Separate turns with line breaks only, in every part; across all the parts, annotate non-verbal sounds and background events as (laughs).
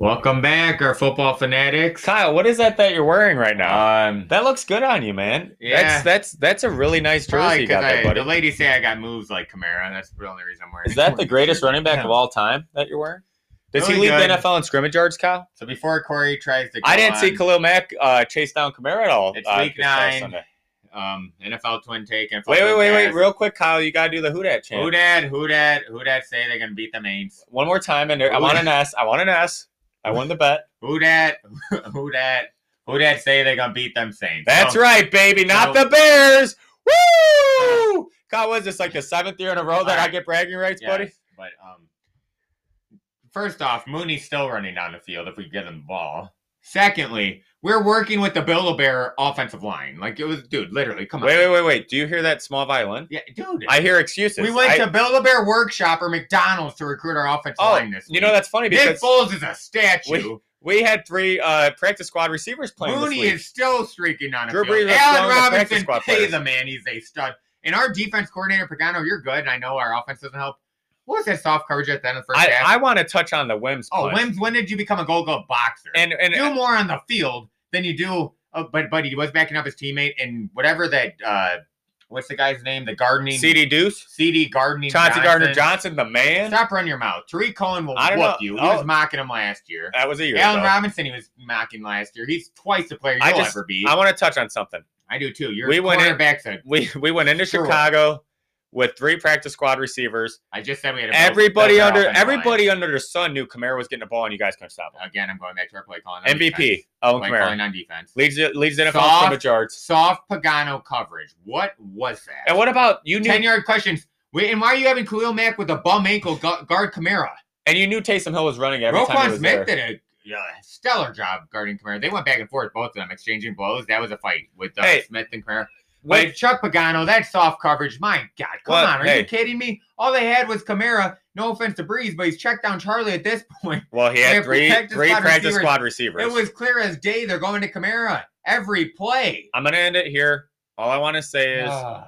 Welcome back, our football fanatics.
Kyle, what is that that you're wearing right now?
Um,
that looks good on you, man.
Yeah.
That's that's that's a really nice jersey
probably
you got
'cause
there,
I, the
buddy.
ladies say I got moves like Kamara. That's the only reason I'm wearing.
Is that the greatest running back
Yeah.
of all time that you're wearing? Does he
Really
lead
good.
the NFL in scrimmage yards, Kyle?
So before Corey tries to,
I
go
didn't see
on,
Khalil Mack uh, chase down Kamara at all.
It's
uh,
week
this past
nine.
Sunday.
um, NFL twin take. NFL
Wait, wait,
twin
wait, wait!
pass.
Real quick, Kyle, you gotta do the who dat chant.
Who dat? Who dat? Who dat? Say they're gonna beat the Mains.
One more time, and I
Who
want
dat?
an S. I want an S. I won the bet.
Who dat? (laughs) Who dat? Who dat? Say they're gonna beat them Saints. Oh,
That's
So,
right, baby. Not
so-
the Bears. Woo! God, was this like the seventh year in a row that I
Alright.
get bragging rights,
yes,
buddy?
But um, first off, Mooney's still running down the field if we get him the ball. Secondly, we're working with the Build-A-Bear offensive line. Like it was, dude. Literally, come
Wait,
on.
wait, wait, wait. Do you hear that small violin?
Yeah, dude.
I hear excuses.
we went
I-
to Build-A-Bear workshop or McDonald's to recruit our offensive
Oh,
line this
you
week.
know that's funny
Nick
because
Foles is a statue.
we had three uh, practice squad receivers playing
Mooney
this week.
is still streaking on a
Drew
field.
Brees has
Allen
thrown to practice
Robinson
squad
plays
players.
a man. He's a stud. And our defense coordinator, Pagano, you're good. And I know our offense doesn't help. What was that soft coverage at the end of the first
I,
half?
I want to touch on the whims.
oh,
punch.
Wims, when did you become a gold glove boxer?
And and
do more on the field than you do. Uh, but but he was backing up his teammate and whatever that uh, what's the guy's name? The gardening
CD Deuce,
CD gardening
Chauncey Gardner
Johnson.
Johnson, the man.
Stop running your mouth. Tariq Cohen will
I
whoop
don't know.
you. He
Oh.
was mocking him last year.
That was a year.
Allen
ago.
Robinson, he was mocking last year. He's twice the player
I
you'll
just-
ever be.
I want to touch on something.
I do too. Your
We went in-
quarterback's a-
We we went into
Sure.
Chicago with three practice squad receivers.
I just said we had a
Everybody
better
under
offensive line.
everybody under the sun knew Kamara was getting the ball, and you guys couldn't stop him.
Again, I'm going back to our play calling. on defense.
MVP, Owen
Play
Kamara
calling on defense.
leads the- leads the NFL in
Soft.
scrimmage yards.
Soft Pagano coverage. What was that?
And what about you knew
Ten yard questions. Wait, and why are you having Khalil Mack with a bum ankle gu- guard Kamara?
and you knew Taysom Hill was running every time he
Roquan
was
Smith
there.
did a yeah, stellar job guarding Kamara. They went back and forth, both of them exchanging blows. That was a fight with uh,
Hey.
Smith and Kamara.
Wait,
But Chuck Pagano, that soft coverage, my God, come
Well,
on, are
hey.
you kidding me? All they had was Kamara. No offense to Breeze, but he's checked down Charlie at this (laughs) point.
Well, he
They're
had three
practice
three
squad
practice
receivers.
squad receivers.
It was clear as day they're going to Kamara every play.
I'm gonna end it here. All I want to say is
Ah.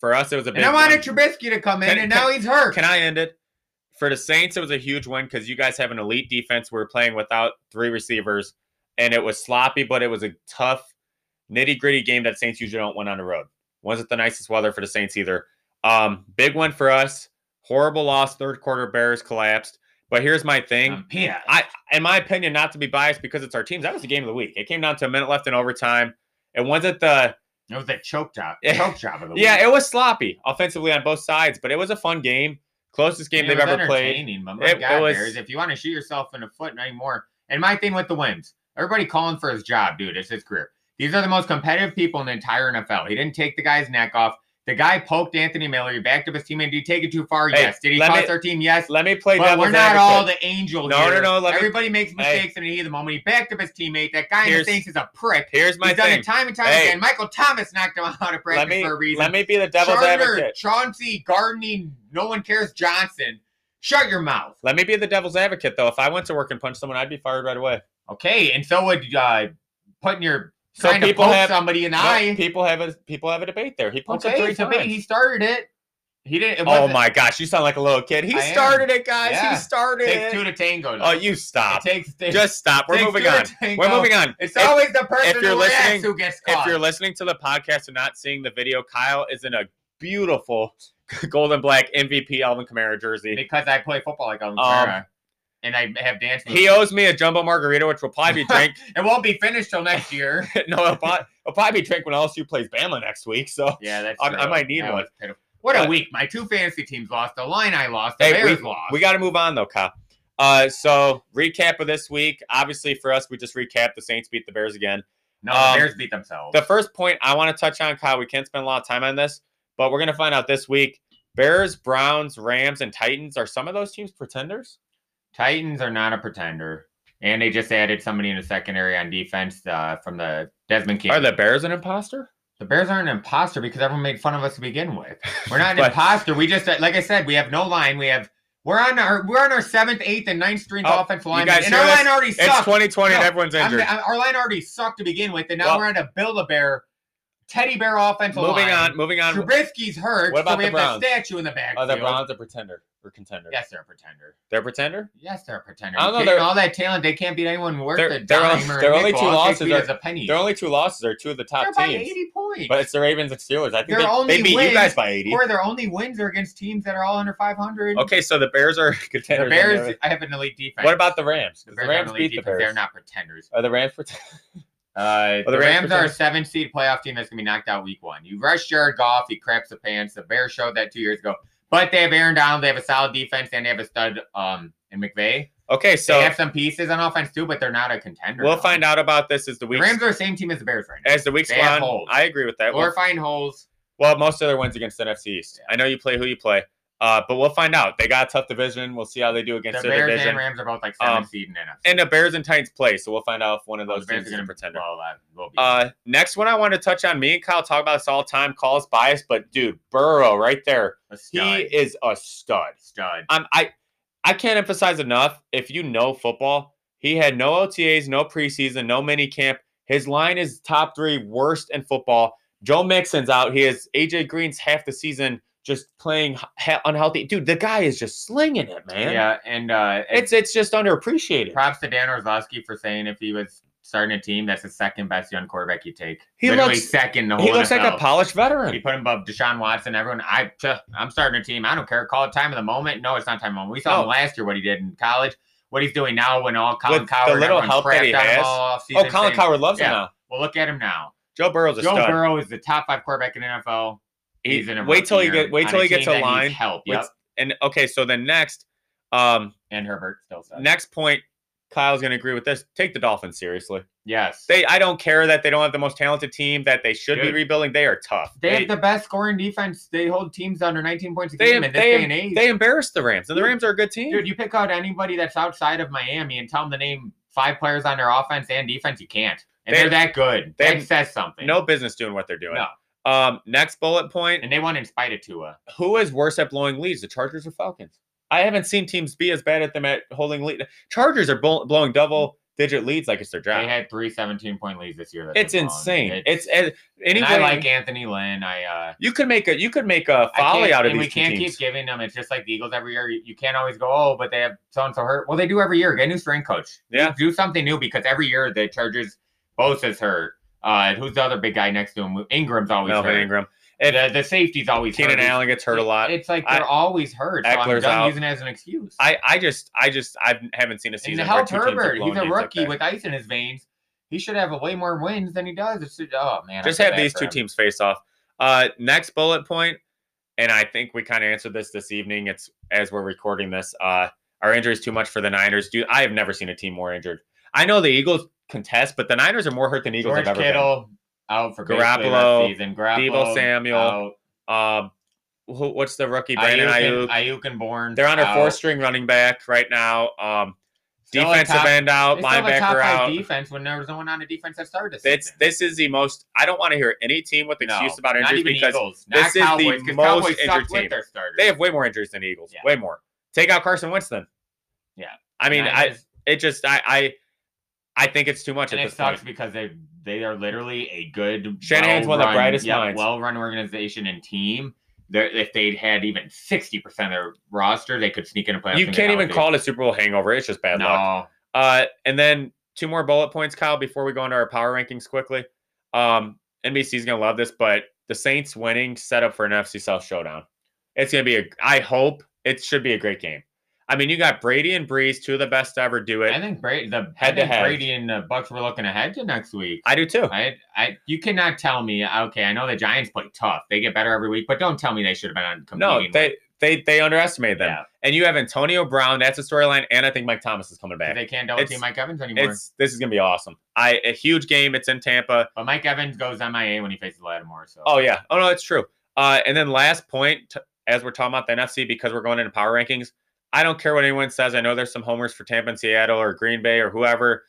for us it was a big.
and I wanted
win.
Trubisky to come in,
Can-
and now he's hurt.
Can I end it? For the Saints, it was a huge win because you guys have an elite defense. We were playing without three receivers, and it was sloppy, but it was a tough, nitty gritty game that Saints usually don't win on the road. Wasn't the nicest weather for the Saints either. Um, big one for us. Horrible loss, third quarter. Bears collapsed. But here's my thing.
Um, yeah.
I, in my opinion, not to be biased because it's our teams. That was the game of the week. It came down to a minute left in overtime. It wasn't the
It was that choke job.
Yeah.
Choke job of the week.
yeah. It was sloppy offensively on both sides, but it was a fun game. Closest game
It
they've
was
ever played.
entertaining, But
It-
my
it
God,
was-
Bears, if you want to shoot yourself in the foot not anymore. And my thing with the wins, everybody calling for his job, dude. It's his career. These are the most competitive people in the entire NFL. He didn't take the guy's neck off. The guy poked Anthony Miller. He backed up his teammate. Did he take it too far?
Hey,
yes. Did he
let
cost
me-
our team? Yes.
Let me play
But
devil's
we're not
advocate.
all the angel
No, no,
here.
no, let me-
Everybody makes
Hey.
mistakes in the heat of the moment. He backed up his teammate. That guy in the
Here's-
Saints is a prick.
Here's my
He's done
thing.
it time and time
Hey.
again. Michael Thomas knocked him (laughs) out of
Let
practice
me
for a reason.
let me be the devil's
Charter,
advocate.
Chauncey, Gardney, no one cares, Johnson. Shut your mouth.
Let me be the devil's advocate though. If I went to work and punched someone, I'd be fired right away.
Okay, and so would uh, putting your
So
trying to
people
poke
have-
somebody in the
No,
eye.
people have a people have a debate there. He punched
okay,
it three
so maybe
times.
he started it. He didn't. It
oh
wasn't-
my gosh, you sound like a little kid. He
I am.
started it, guys.
Yeah.
He started
Takes two
it.
to tango. though.
Oh, you stop.
It takes. It
Just stop. We're
takes
moving
two to
on.
tango.
We're moving on.
It's
If-
always the person
you're
who reacts
listening-
who gets
if
caught.
you're listening to the podcast and not seeing the video, Kyle is in a beautiful (laughs) gold and black MVP Alvin Kamara jersey.
because I play football like Alvin
Um,
Kamara, and I have dance moves.
He owes me a jumbo margarita, which
(laughs)
will probably be drank.
it won't be finished till next
(laughs)
year.
no, it'll probably, it'll probably be drank when LSU plays Bama next week. So
yeah, that's.
I-
true.
I might need
That
one.
was pitiful. What a
But-
week! My two fantasy teams lost. The line I lost. The
Hey,
Bears lost.
we got to move on though, Kyle. Uh, so recap of this week. Obviously, for us, we just recapped the Saints beat the Bears again.
No,
Um,
the Bears beat themselves.
The first point I want to touch on, Kyle, we can't spend a lot of time on this, but we're going to find out this week. Bears, Browns, Rams, and Titans are some of those teams pretenders?
Titans are not a pretender, and they just added somebody in the secondary on defense uh, from the Desmond King.
Are the Bears an imposter?
the Bears aren't an imposter because everyone made fun of us to begin with. We're not an
(laughs) But-
imposter. We just, uh, like I said, we have no line. We have we're on our we're on our seventh, eighth, and ninth string
Oh,
offense
you
line,
guys
and
hear
our
this?
line already
It's
sucked.
2020 and
No,
everyone's
I'm-
injured.
I'm- our line already sucked to begin with, and now
Well-
we're on a build a bear teddy bear offensive
moving
line.
on, moving on.
Trubisky's hurt.
What about
so we
the
have
Browns?
that statue in the back.
Are the Browns a pretender or contender?
Yes, they're a pretender.
They're a pretender.
Yes, they're a pretender.
I
I
don't know, they're-
all that talent, they can't beat anyone worth
They're-
a
they're on-
dime or
they're
a
only two
nickel. All they
losses
beat
are-
is a penny.
Their only two losses are two of the top
They're by
teams.
80 points.
But it's the Ravens and Steelers. I think
Their
they,
only
they beat you
win-
guys by eighty.
or their only wins are against teams that are all under 500.
Okay, so the Bears are (laughs)
The
contenders. on
Bears I have an elite defense.
What about the Rams?
the
The
Bears? have
Rams
an elite
beat the
defense.
Bears.
They're not pretenders.
Are the (laughs) Rams pretend?
Uh,
Well,
the
the Rams
Rams are a
pretend-
seven seed playoff team that's going to be knocked out week one. You rush Jared Goff, he craps the pants. The Bears showed that two years ago. But they have Aaron Donald, they have a solid defense, and they have a stud um, in McVay.
Okay,
they
so
have some pieces on offense too, but they're not a contender.
we'll find out about this as the
The
week
Rams are the same team as the Bears right now.
as the weeks
They
go
have
on.
holes.
I agree with that. We'll,
Glorifying holes.
well, most of their wins against the NFC East. I know you play who you play, uh, but we'll find out. They got a tough division. We'll see how they do
The
against their
Bears
division.
and Rams are both like seven
Um,
seed in NFC.
and the Bears and Titans play, so we'll find out if one of
Well, Oh,
those
the Bears
teams
are
is a
going to
pretender.
Well, that will be.
Uh, next one I want to touch on. Me and Kyle talk about this all the time. Calls bias, but dude, Burrow right there,
a
he
stud.
is a stud.
stud.
I'm, I I can't emphasize enough. If you know football, he had no OTAs, no preseason, no mini camp. His line is top three worst in football. Joe Mixon's out. He has AJ Green's half the season just playing ha- unhealthy. Dude, the guy is just slinging it, man.
Yeah, and uh, and
it's it's just underappreciated.
props to Dan Orlovsky for saying if he was starting a team, that's the second best young quarterback you take.
He
Literally
looks-
second. The whole
He looks like a
NFL.
polished veteran.
He put him above Deshaun Watson. Everyone, I, tuh, I'm starting a team. I don't care. Call it time of the moment. No, it's not time of the moment. We saw
No.
him last year. What he did in college. What he's doing now. When all Colin
With the
Coward,
little
everyone
help that he
crapped on him
has.
all offseason
oh, Colin
saying,
Coward loves
Yeah.
him now.
Well, look at him now.
Joe Burrow's a
Joe
stud.
Burrow is the top five quarterback in NFL.
He-
He's in a
wait till
rookie
he
year
get wait
on
till he
team
gets
that
a
needs
line.
Help.
Wait-
Yep.
And okay, so then next, um,
And Herbert still says.
next point, Kyle's gonna agree with this. Take the Dolphins seriously.
yes.
They I don't care that they don't have the most talented team that they should be
Dude.
rebuilding. They are tough.
They have the best scoring defense. They hold teams under 19 points a
They
game
have-
in this
they
day
have-
and age.
they embarrassed the Rams, and the
Dude,
Rams are a good team.
Dude, you pick out anybody that's outside of Miami and tell them to name five players on their offense and defense. You can't. And
They-
they, are that good.
they-
that says something.
no business doing what they're doing.
No.
Um, next bullet point:
And they won in spite of Tua.
Who is worse at blowing leads, the Chargers or Falcons? I haven't seen teams be as bad at them at holding lead. Chargers are blow- blowing double-digit leads like it's their job.
They had three 17 point leads this year. that
It's
they've blown.
insane.
It-
It's, it's
and
anyway.
I like Anthony Lynn. I uh
you could make a you could make a
I
folly
can't-
out of
and
these
we
two
can't
teams.
keep giving them. It's just like the Eagles every year. You, you can't always go, oh, but they have so and so hurt. Well, they do every year. Get a new strength coach.
Yeah.
do something new because every year the Chargers Bosa's hurt. Uh, who's the other big guy next to him? Ingram's always
Melvin
hurt.
Ingram,
the, the safety's always
Keenan
hurt.
Allen gets hurt a lot.
It's like
I-
they're always hurt. So I'm
Eckler's
done
out.
using it as an excuse.
I I just I just I haven't seen a
and
season. where
help
two teams are
Herbert.
blowing
He's a
leads like
rookie
that.
with ice in his veins. He should have a way more wins than he does. It's oh man. I
Just
feel
have
bad
these
for
two
him.
teams face off. Uh, next bullet point, and I think we kind of answered this this evening. It's as we're recording this. Uh, our injury is too much for the Niners. Dude, I have never seen a team more injured. I know the Eagles contest, but the Niners are more hurt than Eagles
George
have ever
Kittle out for basically the
Garoppolo,
season.
been.
Garoppolo,
Debo Samuel,
out.
um, who, what's the rookie Brandon
Ayuk and,
Ayuk?
Ayuk and Bourne.
They're on their
out.
fourth string running back right now. Um,
Still a
defensive
top-
end out,
They still have a top
linebacker
five
out.
defense when there was no one on the defense that started this.
It's
season.
this is the most. I don't want to hear any team with
No,
excuse about
not
injuries
even
because
Eagles,
this
not
is the
Cowboys, 'cause Cowboys
most
sucked
injured
with
team.
their starters.
they have way more injuries than the Eagles.
Yeah.
Way more. Take out Carson Wentz then.
Yeah.
I mean, I
Niners,
it just I I I think it's too much
and
at
it
this
sucks
point.
because they they are literally a good
Shanahan's one of the
well-run-
brightest
yeah,
minds.
well-run organization and team. They're, if they'd had even sixty percent of their roster, they could sneak in a playoff.
You
and get
can't even
healthy.
call it a Super Bowl hangover. It's just bad
no.
luck. Uh, and then two more bullet points, Kyle, before we go into our power rankings quickly. Um, NBC's gonna love this, but the Saints winning set up for an FC South showdown. It's gonna be a. I hope it should be a great game. I mean, you got Brady and Breeze, two of the best to ever do it.
I think Brady, the I
Head to
think
head.
Brady and the Bucks were looking ahead to next week.
I do too.
I, I, you cannot tell me. Okay, I know the Giants play tough; they get better every week. But don't tell me they should have been on.
No,
competing
they they they underestimated
with-
them.
yeah,
And you have Antonio Brown. That's a storyline, and I think Mike Thomas is coming
'cause
back.
they can't double
It's-
team Mike Evans anymore.
It's this is gonna be awesome. I a huge game. It's in Tampa.
But Mike Evans goes MIA when he faces Lattimore. So
Oh yeah. Oh no, it's true. Uh, and then last point, t- as we're talking about the NFC, because we're going into power rankings. I don't care what anyone says. I know there's some homers for Tampa and Seattle or Green Bay or whoever.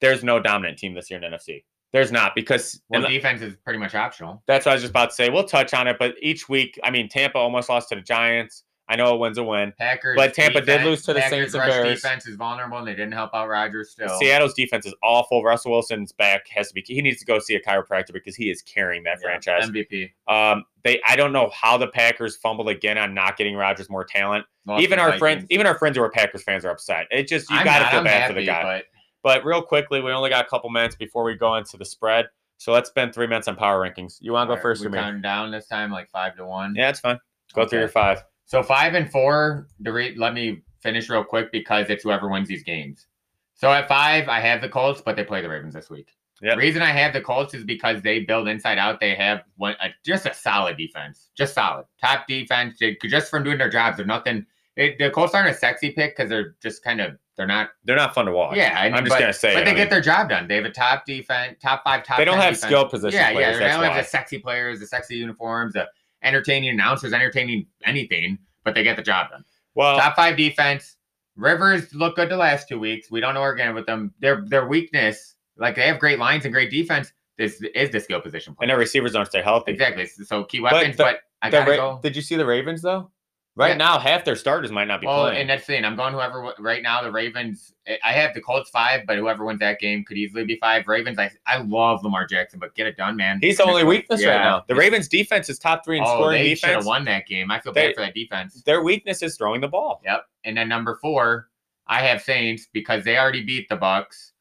There's no dominant team this year in NFC. There's not because
well,
and
defense is pretty much optional.
that's what I was just about to say. We'll touch on it, but each week, I mean, Tampa almost lost to the Giants. I know a win's a win.
Packers.
But Tampa did lose to the
Packers
Saints and
rush
Bears.
defense is vulnerable, and they didn't help out Rodgers still.
Seattle's defense is awful. Russell Wilson's back has to be. He needs to go see a chiropractor because he is carrying that
Yeah,
franchise.
MVP.
Um, they. I don't know how the Packers fumbled again on not getting Rodgers more talent.
Lost
even
to
our
Vikings.
friends, even our friends who are Packers fans, are upset. It just you
I'm
got to
not-
feel
I'm
bad
happy,
for the guy.
But
But real quickly, we only got a couple minutes before we go into the spread. So let's spend three minutes on power rankings. You want to go
Alright,
first
we
or me?
counting down this time, like five to one.
Yeah, it's fine. Go
Okay.
through your five.
So five and four. The re- let me finish real quick because it's whoever wins these games. So at five, I have the Colts, but they play the Ravens this week.
Yep.
The reason I have the Colts is because they build inside out. They have one a, just a solid defense, just solid top defense. They, just from doing their jobs, they're nothing. They, the Colts aren't a sexy pick because they're just kind of they're not.
They're not fun to watch.
Yeah, I,
I'm just
but,
gonna say.
But
it.
they
I mean,
get their job done. They have a top defense, top five, top.
they don't
10
have
defense.
skill position
Yeah,
players.
yeah. They
that's
don't have
why.
the sexy players, the sexy uniforms, the entertaining announcers, entertaining anything, but they get the job done.
well,
Top five defense. Rivers looked good the last two weeks. We don't know where we're going with them. Their their weakness, like they have great lines and great defense. This is the skill position play.
and their receivers don't stay healthy.
exactly. So key
But
weapons,
the-
but, I
The
gotta
Ra-
go.
Did you see the Ravens though? Right
Yeah.
now, half their starters might not be
Well,
playing.
and that's the thing. I'm going whoever w- right now. The Ravens. eh, I- I have the Colts five, but whoever wins that game could easily be five. Ravens. I I love Lamar Jackson, but get it done, man.
He's
(laughs)
the only weakness right
Yeah.
now. The Ravens' defense is top three in
Oh,
scoring
they should have
defense.
won that game. I feel
They-
bad for that defense.
Their weakness is throwing the ball.
Yep. And then number four, I have Saints because they already beat the Bucks.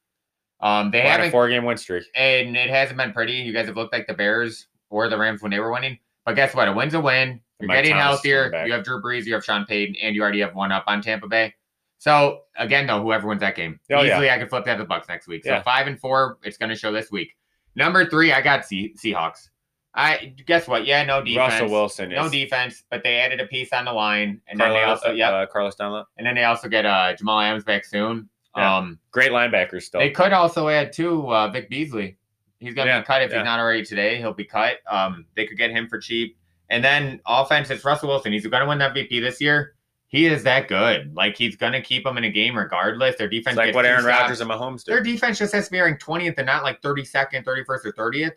Um, they
They had a
haven't,
four-game win streak.
and it hasn't been pretty. You guys have looked like the Bears or the Rams when they were winning. But guess what? A win's a win. You're
Mike
getting
Thomas is coming
healthier.
back.
You have Drew Brees, you have Sean Payton, and you already have one up on Tampa Bay. So again, though, whoever wins that game,
Oh, yeah.
easily I could flip that to the Bucks next week. So
Yeah.
five and four, it's going to show this week. Number three, I got Se- Seahawks. I guess what? Yeah, no defense.
Russell Wilson
No
is
defense, but they added a piece on the line, and then they
Carlos,
also yeah,
uh, Carlos Dunlap.
and then they also get uh, Jamal Adams back soon.
Yeah.
Um,
Great linebacker still.
they could also add too uh, Vic Beasley. He's gonna
Yeah,
be cut if
yeah.
he's not already today. He'll be cut. Um, they could get him for cheap, and then offense. It's Russell Wilson. He's gonna win MVP this year. He is that good. Like he's gonna keep them in a game regardless. Their defense.
it's like
gets
what
two
Aaron
stops.
Rodgers and Mahomes
Their
did.
defense just has to be ranked twentieth and not like thirty second, thirty first, or thirtieth.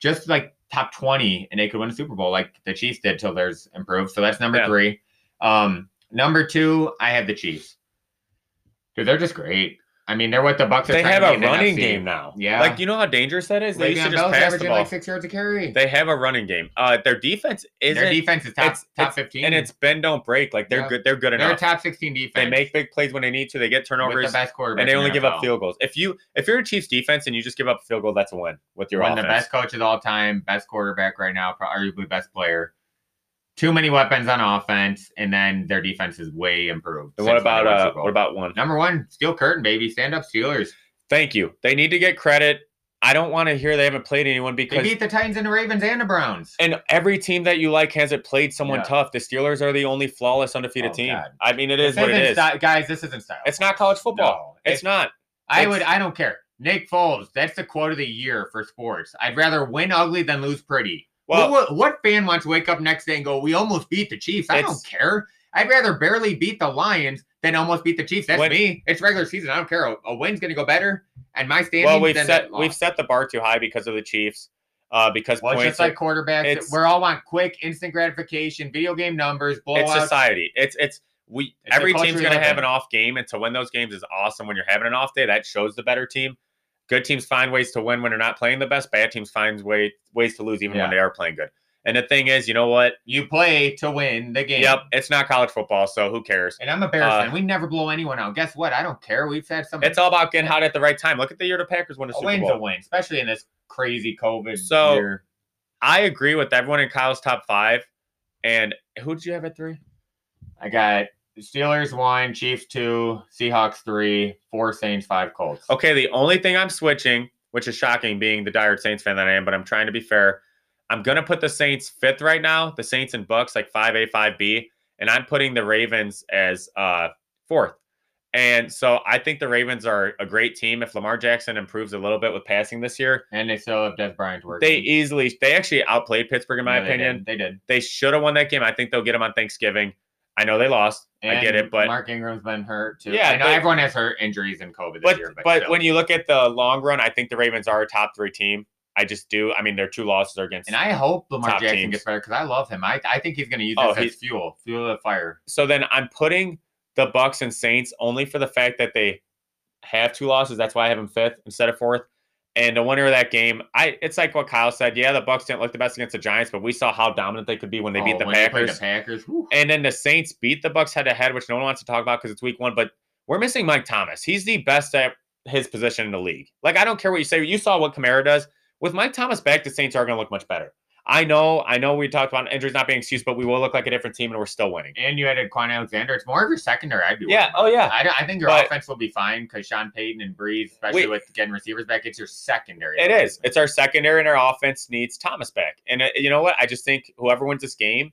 Just like top twenty, and they could win a Super Bowl like the Chiefs did till theirs improved. So that's number
Yeah.
three. Um, number two, I have the Chiefs. Dude, they're just great. I mean, they're what the Bucks are.
They
trying
have
to
a
be in the
running
NFC.
game now.
Yeah.
Like you know how dangerous that is. They used to
Le'Veon
just
Bell's
pass the
averaging
ball.
like six yards a carry.
They have a running game. Uh, their defense isn't,
Their defense is top
it's-
top fifteen,
and it's bend don't break. Like they're
Yeah.
good. They're good
they're a
enough.
top sixteen defense.
They make big plays when they need to. They get
with the
turnovers,
best quarterback,
and they
in
only
the
give up
NFL.
field goals. If you if you're a Chiefs defense and you just give up a field goal, that's a win with your
one
offense.
of the best coaches all time, best quarterback right now, pro- arguably best player. Too many weapons on offense, and then their defense is way improved.
And what
since when they
about
won
uh
Super Bowl.
what about one?
number one? Steel curtain, baby. Stand up, Steelers.
Thank you. They need to get credit. I don't want to hear they haven't played anyone
They
because
beat the Titans and the Ravens and the Browns.
and every team that you like hasn't played someone
Yeah.
tough. The Steelers are the only flawless undefeated
Oh,
team.
God.
I mean, it
This
is what
isn't
it is.
sty- guys. This isn't style.
It's not college football.
No.
It's
If-
not.
I
it's-
would. I don't care. Nick Foles. That's the quote of the year for sports. I'd rather win ugly than lose pretty.
Well,
what, what fan wants to wake up next day and go, "We almost beat the Chiefs"? I
It's-
don't care. I'd rather barely beat the Lions than almost beat the Chiefs. That's
When-
me. It's regular season. I don't care. A, a win's going to go better, and my standings.
well, we've
than
set
that
we've
loss.
set the bar too high because of the Chiefs. Uh, because
Well, it's
points.
just
are-
like quarterbacks.
it's-
We all want quick, instant gratification, video game numbers,
it's
blowouts.
society. It's it's we.
It's the
every
culture
team's
we
going to
live
have
in.
an off game, and to win those games is awesome. When you're having an off day, that shows the better team. Good teams find ways to win when they're not playing the best. Bad teams find way, ways to lose even when
Yeah.
they are playing good. And the thing is, you know what?
you play to win the game.
Yep, it's not college football, so who cares?
And I'm embarrassed.
Uh,
fan. we never blow anyone out. Guess what? I don't care. We've had some.
It's all about getting hot at the right time. Look at the year the Packers won the
a
Super
win's
Bowl.
a win, especially in this crazy COVID
So-
year.
I agree with everyone in Kyle's top five. And who did you have at three?
I got Steelers one, Chiefs two, Seahawks three, four Saints, five Colts.
Okay, the only thing I'm switching, which is shocking, being the diehard Saints fan that I am, but I'm trying to be fair. I'm gonna put the Saints fifth right now. The Saints and Bucks like five A, five B, and I'm putting the Ravens as uh fourth. And so I think the Ravens are a great team. If Lamar Jackson improves a little bit with passing this year,
And they still have Des Bryant working.
they easily they actually outplayed Pittsburgh in my
No, they
opinion.
did. They did.
They should have won that game. I think they'll get them on Thanksgiving. I know they lost. I get
And
it, but
Mark Ingram's been hurt too.
Yeah,
I know
but-
everyone has hurt injuries and COVID this
but
year. But,
but
still.
when you look at the long run, I think the Ravens are a top three team. I just do. I mean, their two losses are against.
And I hope Lamar
Top
Jackson
teams.
gets better because I love him. I, I think he's going to use
Oh,
this as
he's-
fuel, fuel the fire.
so then I'm putting the Bucks and Saints only for the fact that they have two losses. That's why I have them fifth instead of fourth. And the winner of that game, I it's like what Kyle said. Yeah, the Bucks didn't look the best against the Giants, but we saw how dominant they could be when they beat
Oh,
the
when they play
Packers.
the Packers. whew.
and then the Saints beat the Bucks head to head, which no one wants to talk about because it's week one. But we're missing Mike Thomas. He's the best at his position in the league. Like I don't care what you say. You saw what Kamara does with Mike Thomas back. The Saints are going to look much better. I know. I know. We talked about injuries not being an excuse, but we will look like a different team, and we're still winning.
And you added Quan Alexander. It's more of your secondary. I'd be
Yeah.
worried
Oh yeah.
I, don't- I think your
But-
offense will be fine because Sean Payton and Breeze, especially
We-
with getting receivers back, it's your secondary.
It is. It's our secondary, and our offense needs Thomas back. And uh, you know what? I just think whoever wins this game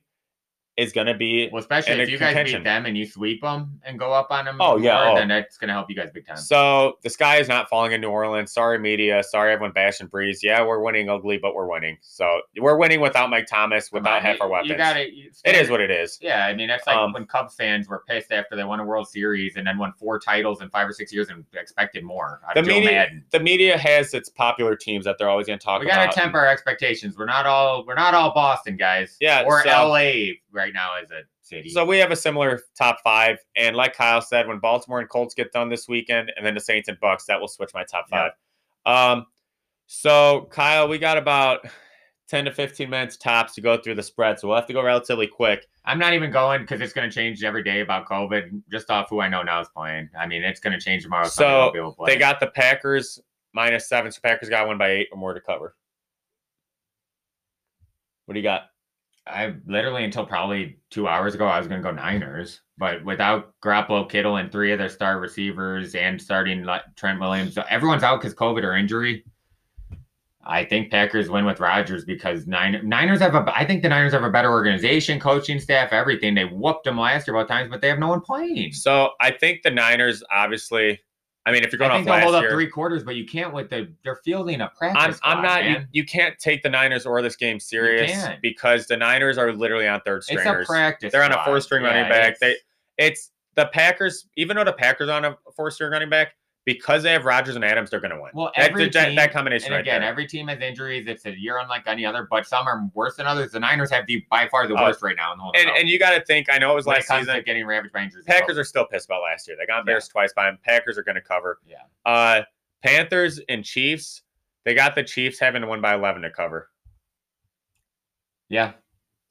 is going to be.
well, especially
and
if
a
you guys
contention.
beat them and you sweep them and go up on them.
Oh, yeah,
more,
oh.
then that's going to help you guys big time.
So the sky is not falling in New Orleans. Sorry, media. Sorry, everyone bashing Breeze. Yeah, we're winning ugly, but we're winning. So we're winning without Mike Thomas,
Come
without
on,
half
Um, you-
our weapons.
You got to It
It is what it is.
Yeah, I mean that's like
Um,
when Cubs fans were pissed after they won a World Series and then won four titles in five or six years and expected more. out
The
of Joe
media,
Madden.
the media has its popular teams that they're always going to talk
We
about.
gotta temper our expectations. We're not all we're not all Boston guys.
Yeah,
or
so-
LA right now as a city.
So we have a similar top five, and like Kyle said, when Baltimore and Colts get done this weekend, and then the Saints and Bucks, that will switch my top
Yeah.
five. Um, so Kyle, we got about ten to fifteen minutes tops to go through the spread, so we'll have to go relatively quick.
I'm not even going because it's gonna change every day about COVID. Just off who I know now is playing. I mean, it's gonna change tomorrow. somebody
So,
won't be able to play.
They got the Packers minus seven, so Packers got one by eight or more to cover. What do you got?
I literally until probably two hours ago, I was going to go Niners, but without Garoppolo, Kittle, and three of their star receivers, and starting like, Trent Williams, so everyone's out because COVID or injury. I think Packers win with Rodgers because nine, Niners have a. I think the Niners have a better organization, coaching staff, everything. They whooped them last year both times, but they have no one playing.
So I think the Niners, obviously, I mean, if you're going
I
off
think they'll
last
hold up
year,
three quarters, but you can't with the. They're fielding a practice.
I'm,
squad,
I'm not. You,
man.
you can't take the Niners or this game serious
can't.
because the Niners are literally on third
It's a
stringers.
practice.
They're on a
squad.
fourth-string running
Yeah,
back. They-
it's-
it's the Packers, even though the Packers are on a four-string running back, because they have Rodgers and Adams, they're going to win.
Well,
that,
every
that, that
team-
combination
And
right
again,
there.
every team has injuries. It's a year unlike any other, but some are worse than others. The Niners have the by far the
Oh,
worst right now in the whole
and,
NFL.
and you got to think. I know it was
when it
last
comes
season.
to getting ravaged by injuries,
Packers are still pissed about last year. They got embarrassed twice by them. Packers are going to cover.
Yeah.
Uh, Panthers and Chiefs. They got the Chiefs having to win by eleven to cover.
yeah.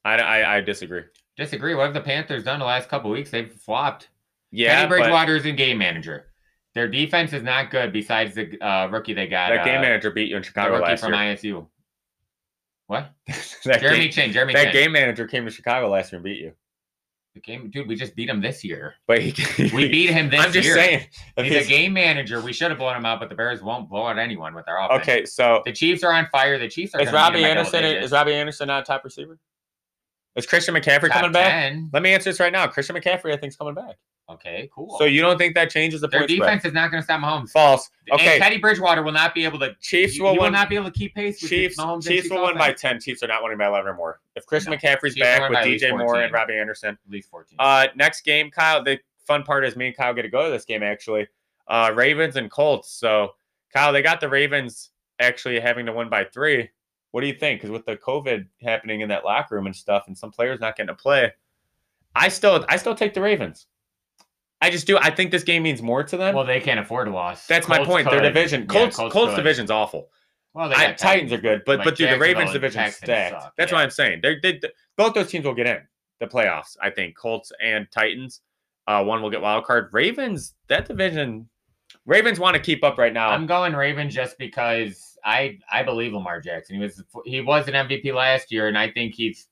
I I, I disagree.
Disagree. What have the Panthers done the last couple weeks? They've flopped.
Yeah,
Teddy
but
Bridgewater is a game manager. Their defense is not good. Besides the uh, rookie they got,
that game
uh,
manager beat you in
the
Chicago
rookie
last
from
year.
ISU. What?
(laughs) that
Jeremy
game,
Chin. Jeremy
that
Chin.
game manager came to Chicago last year and beat you.
The game- dude, we just beat him this year.
(laughs) But he,
We beat him this
I'm just
year.
saying. if
He's
he's-
a game manager. We should have blown him out, but the Bears won't blow out anyone with their offense.
(laughs) okay, so
The Chiefs are on fire. The Chiefs are.
is
gonna beat them
Robbie
by double
Anderson
digits.
is Robbie Anderson not a top receiver? Is Christian McCaffrey
Top
coming back?
10.
Let me answer this right now. Christian McCaffrey, I think, is coming back.
Okay, cool.
So you don't think that changes the
their
point spread?
defense is not going to stop Mahomes.
False. Okay.
And Teddy Bridgewater will not be able to.
Chiefs
He
will
will,
win.
not be able to keep pace with
Chiefs,
Mahomes. and
Chiefs will win by
offense.
ten. Chiefs are not winning by eleven or more. If Chris
No.
McCaffrey's
Chiefs will
back
win
with
by at least
DJ Moore and
14.
Robbie Anderson.
at least fourteen.
Uh, next game, Kyle. The fun part is me and Kyle get to go to this game actually. Uh, Ravens and Colts. So Kyle, they got the Ravens actually having to win by three. What do you think? Because with the COVID happening in that locker room and stuff, and some players not getting to play, I still I still take the Ravens. I just do. I think this game means more to them.
well, they can't afford a loss.
That's my
Colts
point. Their
could.
division,
Yeah,
Colts, Colts
could.
division's awful.
Well,
I,
got
Titans are good, but
Like
but dude, the Ravens
Jacksonville and
division
Texans
stacked.
suck,
That's
yeah.
what I'm saying. They're, they both those teams will get in the playoffs. I think Colts and Titans. Uh, one will get wild card. Ravens that division. Ravens want to keep up right now.
I'm going Ravens just because I I believe Lamar Jackson. He was he was an MVP last year, and I think he's.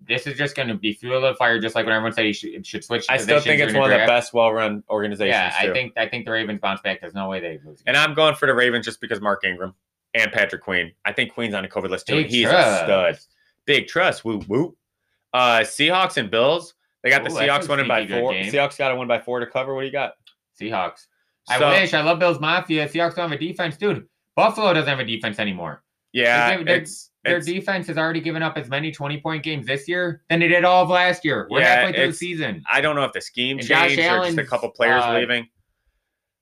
This is just going to be fuel of fire, just like when everyone said he should, should switch.
I still
positions
think it's
during
one of the
draft.
best well-run organizations.
Yeah, I
too.
think I think the Ravens bounce back. There's no way they lose.
and I'm going for the Ravens just because Mark Ingram and Patrick Queen. I think Queen's on a COVID list too. and
Big
he's
trust.
a stud. Big trust. Woo woo. Uh, Seahawks and Bills. They got the
Ooh, that's
Seahawks
a
winning by
sneaky good
four.
game.
Seahawks got a win by four to cover. What do you got?
Seahawks. I
So-
wish. I love Bills Mafia. Seahawks don't have a defense, dude. Buffalo doesn't have a defense anymore.
Yeah,
They're- they're-
it's,
Their
it's-
defense has already given up as many 20 point games this year than they did all of last year. We're
Yeah,
halfway through the
it's-
season.
I don't know if the scheme
And Josh
changed or just a
Allen's,
couple players
uh,
leaving.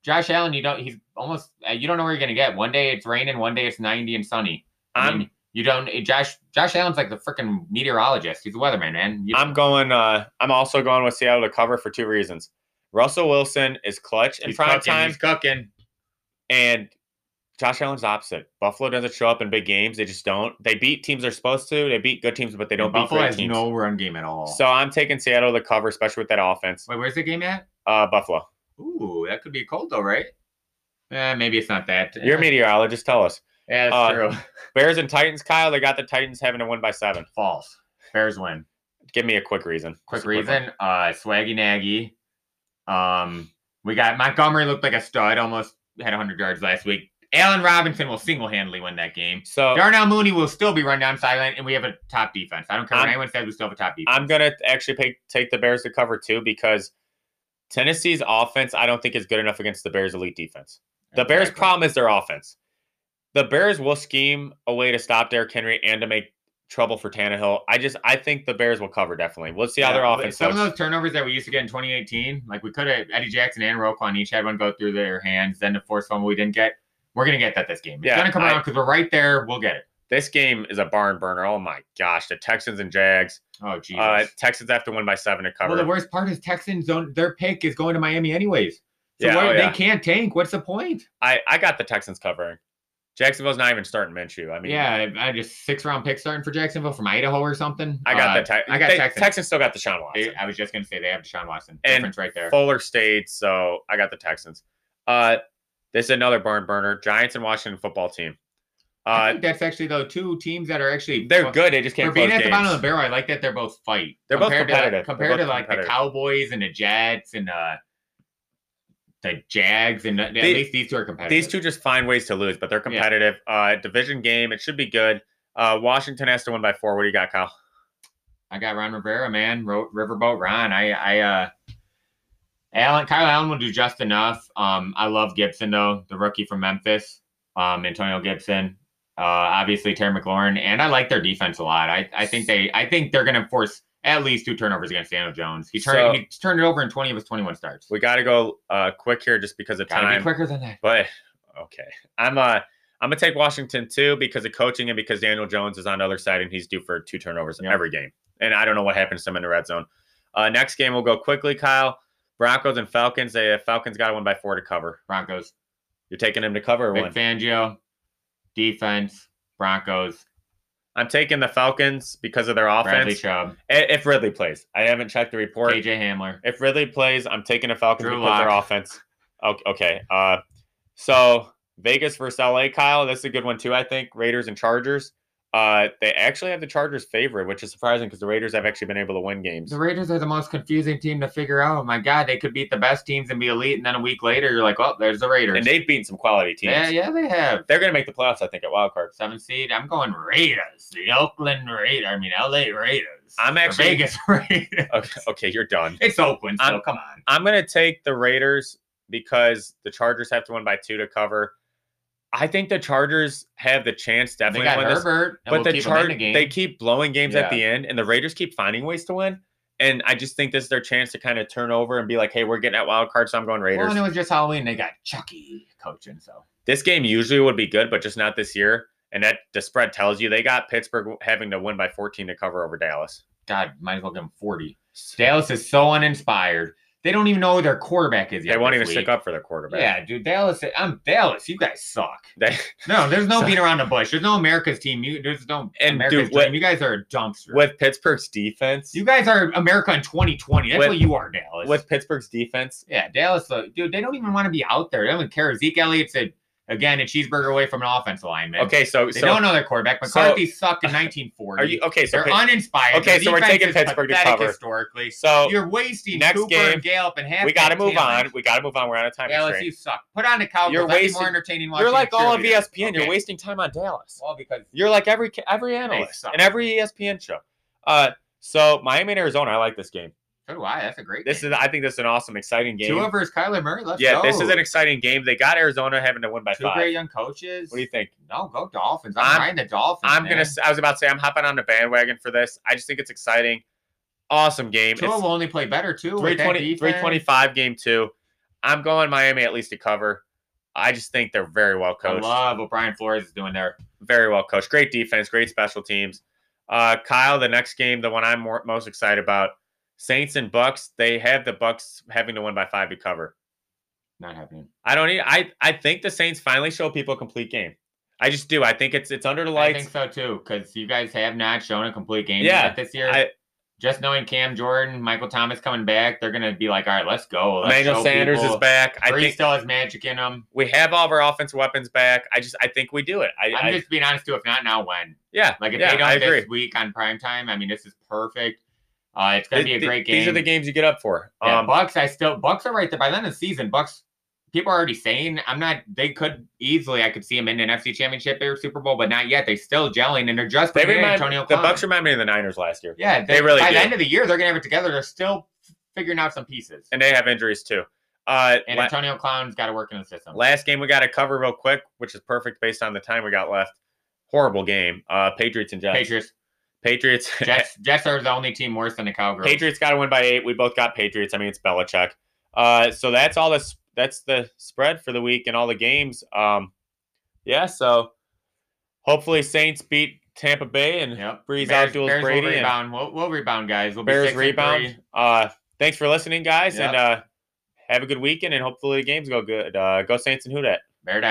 Josh Allen, you don't he's almost uh, you don't know where you're gonna get. One day it's raining, one day it's 90 and sunny. I
I'm
mean, you don't. eh, Josh Josh Allen's like the freaking meteorologist. He's a weatherman, man. You,
I'm going. Uh, I'm also going with Seattle to cover for two reasons. Russell Wilson is clutch in
he's
prime
cooking,
time,
He's cooking.
and Josh Allen's opposite. Buffalo doesn't show up in big games. They just don't. They beat teams they're supposed to. They beat good teams, but they don't
And
beat
Buffalo
great
has
teams.
no run game at all.
So I'm taking Seattle to cover, especially with that offense.
wait, where's the game at?
Uh, Buffalo.
Ooh, that could be cold though, right? Eh, maybe it's not that.
You're a meteorologist. Tell us.
Yeah, that's
uh,
true.
Bears and Titans, Kyle. They got the Titans having to win by seven.
False. Bears win.
Give me a quick reason.
Quick
Just a one.
reason. Uh, Swaggy Nagy. Um, we got Montgomery looked like a stud. Almost had 100 yards last week. Allen Robinson will single handedly win that game.
So
Darnell Mooney will still be run down silent, and we have a top defense. I don't care what
I'm-
anyone says. We still have a top defense.
I'm gonna actually pay, take the Bears to cover too because Tennessee's offense I don't think is good enough against the Bears' elite defense. The Bears'
Exactly.
problem is their offense. The Bears will scheme a way to stop Derrick Henry and to make trouble for Tannehill. I just I think the Bears will cover definitely. We'll see how their
Yeah,
offense
Some
looks.
of those turnovers that we used to get in 2018, like we could have Eddie Jackson and Roquan each had one go through their hands, then the forced fumble we didn't get. We're gonna get that this game. It's
Yeah,
gonna come
I-
around because we're right there. We'll get it.
this game is a barn burner. Oh my gosh, the Texans and Jags.
Oh Jesus.
Uh, Texans have to win by seven to cover.
well, the worst part is Texans don't. Their pick is going to Miami anyways, so
Yeah,
what,
oh,
they
yeah.
can't tank. What's the point?
I I got the Texans covering. Jacksonville's not even starting Minshew. I mean,
yeah, I I just six round pick starting for Jacksonville from Idaho or something.
I got
Uh,
the Texans.
I got Texans.
Texans. Texans still got the Sean Watson.
they- I was just gonna say they have Deshaun Watson.
And
Difference right there.
Fuller State, so I got the Texans. Uh, this is another barn burner. Giants and Washington football team.
I
Uh,
think that's actually though two teams that are actually
they're good. They just
For
can't
being
close
at the bottom of
games.
the barrel, I like that they're both fight.
They're both
Compared to-
competitive. They're
compared
both
to like
competitive.
the Cowboys and the Jets and uh, the Jags, and the,
They-
at least these two are competitive.
These two just find ways to lose, but they're competitive. Uh, division game, it should be good. Uh, Washington has to win by four. What do you got, Kyle?
I got Ron Rivera, man. Ro- Riverboat Ron. I, I, uh, Allen, Kyle Allen will do just enough. Um, I love Gibson though, the rookie from Memphis, um, Antonio Gibson. Uh, obviously Terry McLaurin, and I like their defense a lot. I, I think they, I think they're going to force at least two turnovers against Daniel Jones. He turned,
So-
he turned it over in twenty of his twenty-one starts.
We got to go uh, quick here just because of
Gotta be
time.
quicker than that.
But okay, I'm uh, I'm gonna take Washington too because of coaching and because Daniel Jones is on the other side and he's due for two turnovers
Yeah.
every game. And I don't know what happens to him in the red zone. Uh, next game we'll go quickly, Kyle. Broncos and Falcons. The Falcons got one by four to cover.
Broncos.
You're taking them to cover or
Vic
one.
Fangio, defense, Broncos,
I'm taking the Falcons because of their
Bradley
offense.
Chubb,
I- if Ridley plays, I haven't checked the report.
KJ Hamler.
If Ridley plays, I'm taking the Falcons
Drew
because of their
Lock.
offense. O- Okay. Uh, so Vegas versus LA, Kyle. That's a good one too. I think Raiders and Chargers. Uh, they actually have the Chargers favored, which is surprising because the Raiders have actually been able to win games.
The Raiders are the most confusing team to figure out. Oh my God, they could beat the best teams and be elite, and then a week later you're like, oh, there's the Raiders.
And they've beaten some quality teams.
yeah, yeah, they have.
They're going to make the playoffs, I think, at wild card.
Seven seed. I'm going Raiders. The Oakland Raiders. I mean, LA Raiders.
I'm
The
actually-
Vegas (laughs) Raiders.
Okay, (laughs) okay, you're done.
It's Oakland, so
I'm-
come on.
I'm going to take the Raiders because the Chargers have to win by two to cover. I think the Chargers have the chance
They
definitely to
got
win this
Herbert, and
but
we'll
the
keep him in
Chargers
the game.
they keep blowing games at
Yeah.
the end, and the Raiders keep finding ways to win. And I just think this is their chance to kind of turn over and be like, "Hey, we're getting at wild card, so I'm going Raiders."
well, and it was just Halloween. They got Chucky coaching, so
this game usually would be good, but just not this year. And that the spread tells you they got Pittsburgh having to win by 14 to cover over Dallas.
God, might as well give him 40. Dallas is so uninspired. They don't even know who their quarterback is yet.
They won't
this
even
week.
stick up for their quarterback.
Yeah, dude, Dallas. I'm Dallas. You guys suck.
They-
No, there's no
So-
being around the bush. There's no America's team. You, there's no
And,
America's
dude, what-
dream. You guys are a dumpster.
with Pittsburgh's defense,
you guys are America in 2020. That's
With-
what you are, Dallas.
with Pittsburgh's defense,
yeah, Dallas. uh, Dude, they don't even want to be out there. They don't even care. Zeke Elliott's a, again a cheeseburger away from an offense alignment.
okay. So,
They
so
don't know their quarterback.
so-
McCarthy sucked in 1940.
(laughs) are you okay? So,
They're
Pitt-
uninspired.
Okay,
Their
so we're
defense
taking
is
Pittsburgh to
pathetic
cover.
historically.
so
You're wasting
next
Cooper
game,
and Gallup and half.
we got to move on. We got to move on. We're out of time.
Dallas,
constraint.
you suck. Put on the Cowboys.
You're
That'd be
wasting-
more entertaining. watching
You're like all of E
cheerleaders.
ESPN. You're
Okay.
wasting time on Dallas.
Well, because
You're like every ca- every analyst
suck.
and every E ESPN show. Uh, so Miami and Arizona, I like this game.
so do I. That's a great.
This
game.
is, I think, this is an awesome, exciting game.
Tua versus Kyler Murray. Let's
yeah,
go.
this is an exciting game. They got Arizona having to win by
Oh. Two
five.
great young coaches.
What do you think?
No, go Dolphins. I'm,
I'm-
riding the Dolphins.
I'm
Oh,
gonna.
man.
s- I was about to say I'm hopping on the bandwagon for this. I just think it's exciting. Awesome game.
Tua will only play better too.
it's
with that
320,
defense.
325 game too. I'm going Miami at least to cover. I just think they're very well coached.
I love what Brian Flores is doing there.
very well coached. Great defense, great special teams. Uh, Kyle, the next game, the one I'm more, most excited about, Saints and Bucks. They have the Bucks having to win by five to cover.
Not happening.
I don't need. I I think the Saints finally show people a complete game. I just do. I think it's it's under the
I
lights.
think so too, because you guys have not shown a complete game
Yeah,
yet this year.
I-
Just knowing Cam Jordan, Michael Thomas coming back, they're gonna be like, all right, let's go. Let's
Emmanuel
show
Sanders
people.
is back. I
Brees
think
still has magic in him.
we have all of our offensive weapons back. I just I think we do it. I,
I'm
I-
just being honest too. If not now, when?
yeah.
Like if
yeah,
they
I
don't
agree.
this week on prime time, I mean, this is perfect. Uh, it's gonna be a
Th-
great
th-
game.
These are the games you get up for.
Yeah,
Um,
Bucks, I still Bucks are right there. By the end of the season, Bucks people are already saying I'm not. They could easily. I could see them in an FC Championship or Super Bowl, but not yet. They still gelling and they're just
they
beginning
remind
Antonio
the
Clown.
Bucks remind me of the Niners last year,
yeah,
they really
By
do.
the end of the year, they're gonna have it together. They're still f- figuring out some pieces, and,
and they have injuries too. Uh, la-
Antonio Clown's got to work in the system.
Last game we got to cover real quick, which is perfect based on the time we got left. Horrible game. Uh, Patriots and Jets. (laughs)
Patriots,
Patriots.
(laughs) Jets, Jets are the only team worse than the Cowgirls.
(laughs) Patriots got to win by eight. We both got Patriots. I mean, it's Belichick. Uh, so that's all this. That's the spread for the week and all the games. Um, yeah. So hopefully Saints beat Tampa Bay and
Yep.
Breeze
Bears-
outduels
Bears
Brady
Will
and-
rebound. We'll, we'll rebound, guys. We'll be
Bears
six and
rebound.
three.
Uh, thanks for listening, guys,
Yep.
and uh, have a good weekend. And hopefully the games go good. Uh, go Saints and Who Dat.
Bear down.